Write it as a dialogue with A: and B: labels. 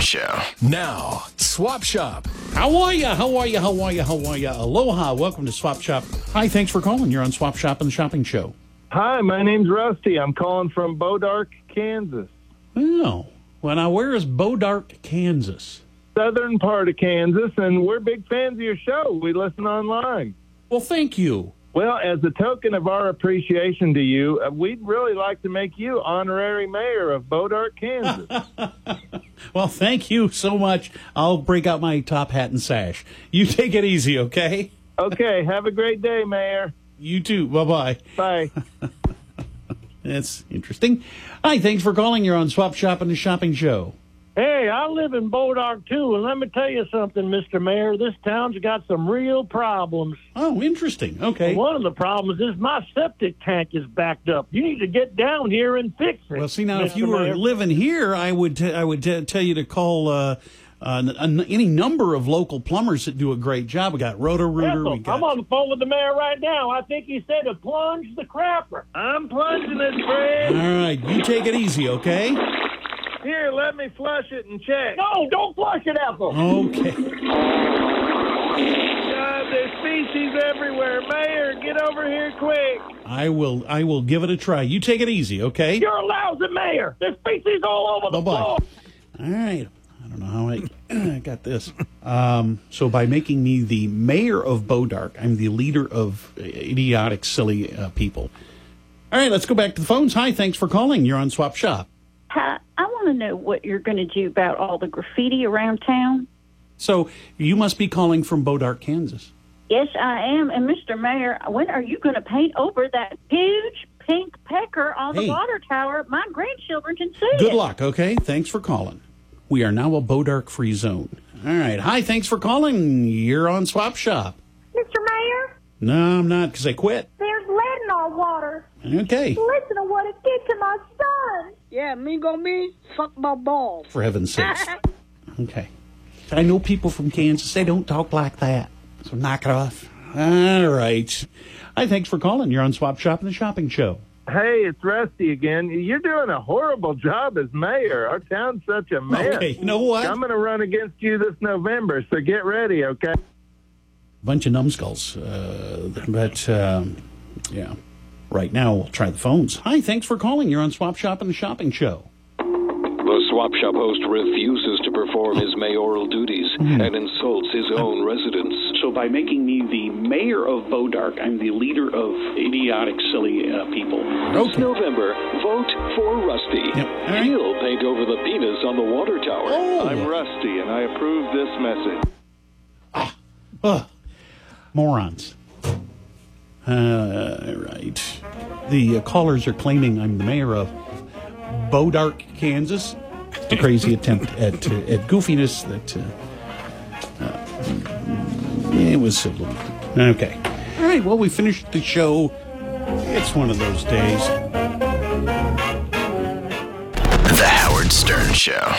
A: show.
B: Now, Swap Shop.
C: How are ya? How are ya? How are ya? How are ya? Aloha. Welcome to Swap Shop. Hi, thanks for calling. You're on Swap Shop and the Shopping Show.
D: Hi, my name's Rusty. I'm calling from Bodark, Kansas.
C: Wow. Well, now where is Bodark, Kansas?
D: Southern part of Kansas, and we're big fans of your show. We listen online.
C: Well, thank you.
D: Well, as a token of our appreciation to you, uh, we'd really like to make you honorary mayor of Bodark, Kansas.
C: Well, thank you so much. I'll break out my top hat and sash. You take it easy, okay?
D: okay, have a great day, Mayor.
C: You too. Bye bye.
D: Bye.
C: That's interesting. Hi, thanks for calling. You're on Swap Shop and the Shopping Show.
E: Hey, I live in Bodog too, and let me tell you something, Mr. Mayor. This town's got some real problems.
C: Oh, interesting. Okay.
E: One of the problems is my septic tank is backed up. You need to get down here and fix it.
C: Well, see now, if
E: Mr.
C: you were
E: Mayor.
C: living here, I would t- I would t- tell you to call uh, uh, n- n- any number of local plumbers that do a great job. We got Roto Rooter.
E: Ethel,
C: We
E: I'm on
C: got.
E: the phone with the mayor right now. I think he said to plunge the crapper.
D: I'm plunging it,
C: All
D: Fred.
C: right, you take it easy, okay?
D: Here, let me flush it and check.
E: No, don't flush it, Ethel.
C: Okay.
D: God, there's feces everywhere. Mayor, get over here quick.
C: I will I will give it a try. You take it easy, okay?
E: You're a lousy mayor. There's feces all over
C: Bye
E: the
C: bye.
E: floor.
C: All right. I don't know how I, I got this. Um, so by making me the mayor of Bodark, I'm the leader of uh, idiotic, silly uh, people. All right, let's go back to the phones. Hi, thanks for calling. You're on Swap Shop.
F: Hi, I want to know what you're going to do about all the graffiti around town.
C: So you must be calling from Bodark, Kansas.
F: Yes, I am. And Mr. Mayor, when are you going to paint over that huge pink pecker on
C: Hey.
F: the water tower? My grandchildren can see it.
C: Good luck, okay? Thanks for calling. We are now a Bodark free zone. All right. Hi, thanks for calling. You're on Swap Shop.
G: Mr. Mayor,
C: No, I'm not because I quit.
G: there's lead in our water.
C: Okay.
G: Listen to what it did to my son.
H: Yeah, me gonna be fuck my balls.
C: For heaven's sakes. Okay. I know people from Kansas, they don't talk like that. So knock it off. All right. Hi, thanks for calling. You're on Swap Shop and the Shopping Show.
D: Hey, it's Rusty again. You're doing a horrible job as mayor. Our town's such a mess.
C: Okay, you know what?
D: I'm going to run against you this November, so get ready, okay?
C: bunch of numbskulls. Uh, but um, yeah, right now we'll try the phones. Hi, thanks for calling. You're on Swap Shop and the Shopping Show.
I: The swap shop host refuses to perform his mayoral duties
C: Mm-hmm.
I: and insults his own residents.
J: So by making me the mayor of Bodark, I'm the leader of idiotic, silly uh, people.
C: Okay.
I: This November, vote for Rusty.
C: Yep. All right.
I: He'll paint over the penis on the water tower.
C: Oh. I'm
I: Rusty, and I approve this message.
C: Ugh. Morons. Uh, right. The uh, callers are claiming I'm the mayor of Bodark, Kansas. Just a crazy attempt at uh, at goofiness that uh, uh, it was a little okay. All right. Well, we finished the show. It's one of those days.
A: The Howard Stern Show.